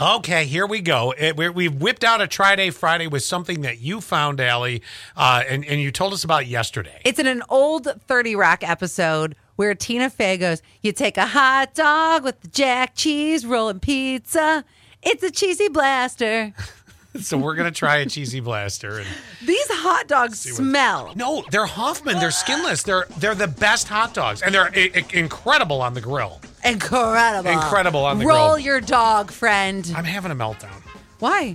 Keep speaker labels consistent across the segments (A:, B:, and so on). A: Okay, here we go. It, we we've whipped out a Friday Friday with something that you found, Allie, uh, and, and you told us about yesterday.
B: It's in an old 30 Rock episode where Tina Fey goes, You take a hot dog with the jack cheese, rolling pizza. It's a cheesy blaster.
A: So we're gonna try a cheesy blaster. And
B: These hot dogs smell.
A: no, they're Hoffman. They're skinless. They're they're the best hot dogs, and they're I- I- incredible on the grill.
B: Incredible.
A: Incredible on the
B: Roll
A: grill.
B: your dog, friend.
A: I'm having a meltdown.
B: Why?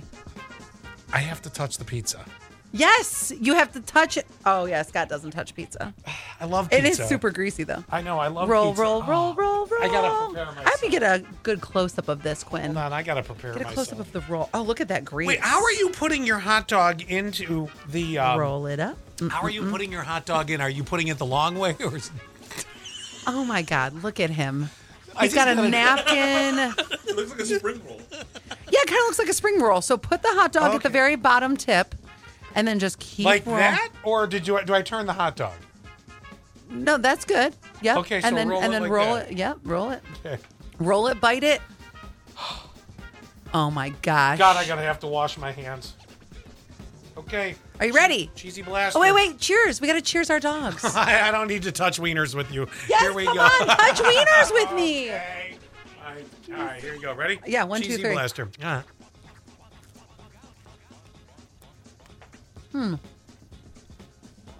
A: I have to touch the pizza.
B: Yes, you have to touch it. Oh, yeah, Scott doesn't touch pizza.
A: I love
B: It
A: pizza.
B: is super greasy, though.
A: I know. I love
B: Roll,
A: pizza.
B: roll,
A: Oh,
B: roll, roll, roll.
A: I gotta prepare myself.
B: I have to get a good close up of this, Quinn.
A: Hold on, I gotta prepare
B: Get a
A: myself.
B: close up of the roll. Oh, look at that grease.
A: Wait, how are you putting your hot dog into the um,
B: Roll it up.
A: How are you
B: Mm-hmm.
A: putting your hot dog in? Are you putting it the long way or? Is,
B: Oh my God, look at him.
A: I
B: He's
A: just
B: got a
A: gotta-
B: napkin.
C: It looks like a spring roll.
B: Yeah, it kind of looks like a spring roll. So put the hot dog at the
A: Okay.
B: very bottom tip, and then just keep
A: like
B: roll-
A: that, or did you? Do I turn the hot dog?
B: No, that's good. Yeah.
A: Okay,
B: and
A: so
B: then
A: roll it
B: and then
A: like
B: roll
A: that.
B: it. Yep, roll it.
A: Okay.
B: Roll it. Bite it. Oh my gosh.
A: God, I gotta have to wash my hands. Okay.
B: Are you ready?
A: Cheesy blast.
B: Oh wait, wait. Cheers. We gotta cheers our dogs.
A: I, I don't need to touch wieners with you.
B: yes.
A: here we
B: come
A: go.
B: on, touch wieners with me.
A: Okay. All right, all right, here you go. Ready?
B: Yeah, one, two,
A: Cheesy
B: three.
A: blaster. Uh,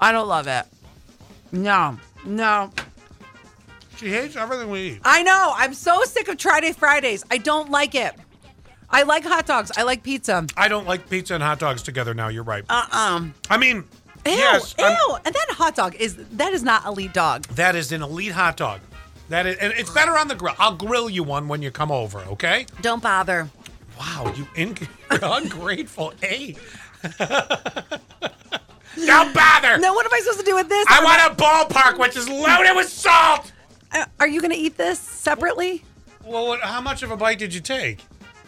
B: I don't love it. No, no.
A: she hates everything we eat.
B: I know. I'm so sick of Friday Fridays. I don't like it. I like hot dogs. I like pizza.
A: I don't like pizza and hot dogs together now. You're right.
B: Uh uh
A: I mean,
B: Ew,
A: Uh-uh. yes.
B: ew.
A: I'm-
B: and that hot dog is that is not elite dog.
A: That is an elite hot dog. That is, and it's better on the grill. I'll grill you one when you come over, okay?
B: Don't bother.
A: Wow, you in- you're ungrateful. Hey. Don't bother.
B: Now what am I supposed to do with this?
A: I want a ballpark which is loaded with salt.
B: Uh, Are you going to eat this separately?
A: Well, what, how much of a bite did you take?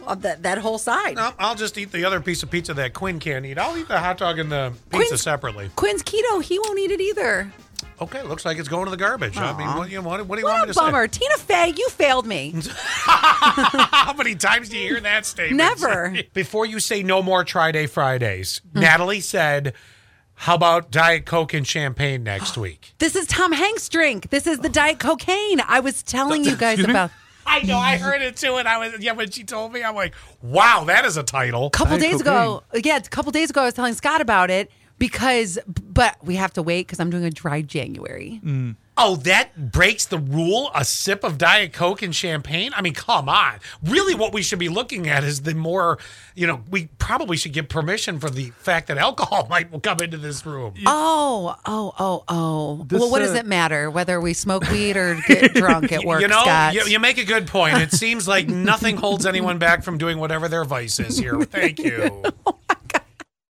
B: Well, that that whole side.
A: No, I'll just eat the other piece of pizza that Quinn can't eat. I'll eat the hot dog and the pizza
B: Quinn's-
A: separately.
B: Quinn's keto. He won't eat it either.
A: Okay, looks like it's going to the garbage. I mean, what, do you- what, what do you want
B: What
A: me
B: a
A: to
B: bummer. Tina Fey, you failed me.
A: say? How many times do you hear that statement?
B: Never. Mm.
A: Before you say no more Friday Fridays, Natalie said, "How about Diet Coke and champagne next week?"
B: This is Tom Hanks' drink. This is the diet cocaine I was telling you guys
A: Excuse me?
B: about.
A: I know. I heard it too, and I was yeah. When she told me, I'm like, "Wow, that is a title."
B: A couple days ago, yeah, a couple days ago, I was telling Scott about it because, but we have to wait because I'm doing a dry January.
A: Oh, that breaks the rule. A sip of Diet Coke and champagne. I mean, come on. Really, what we should be looking at is the more, you know, we probably should give permission for the fact that alcohol might come into this room.
B: Oh, oh, oh, oh.
C: This,
B: well, what does
C: uh,
B: it matter whether we smoke weed or get drunk at work,
A: you know,
B: Scott?
A: you, you make a good point. It seems like nothing holds anyone back from doing whatever their vice is here. Thank you.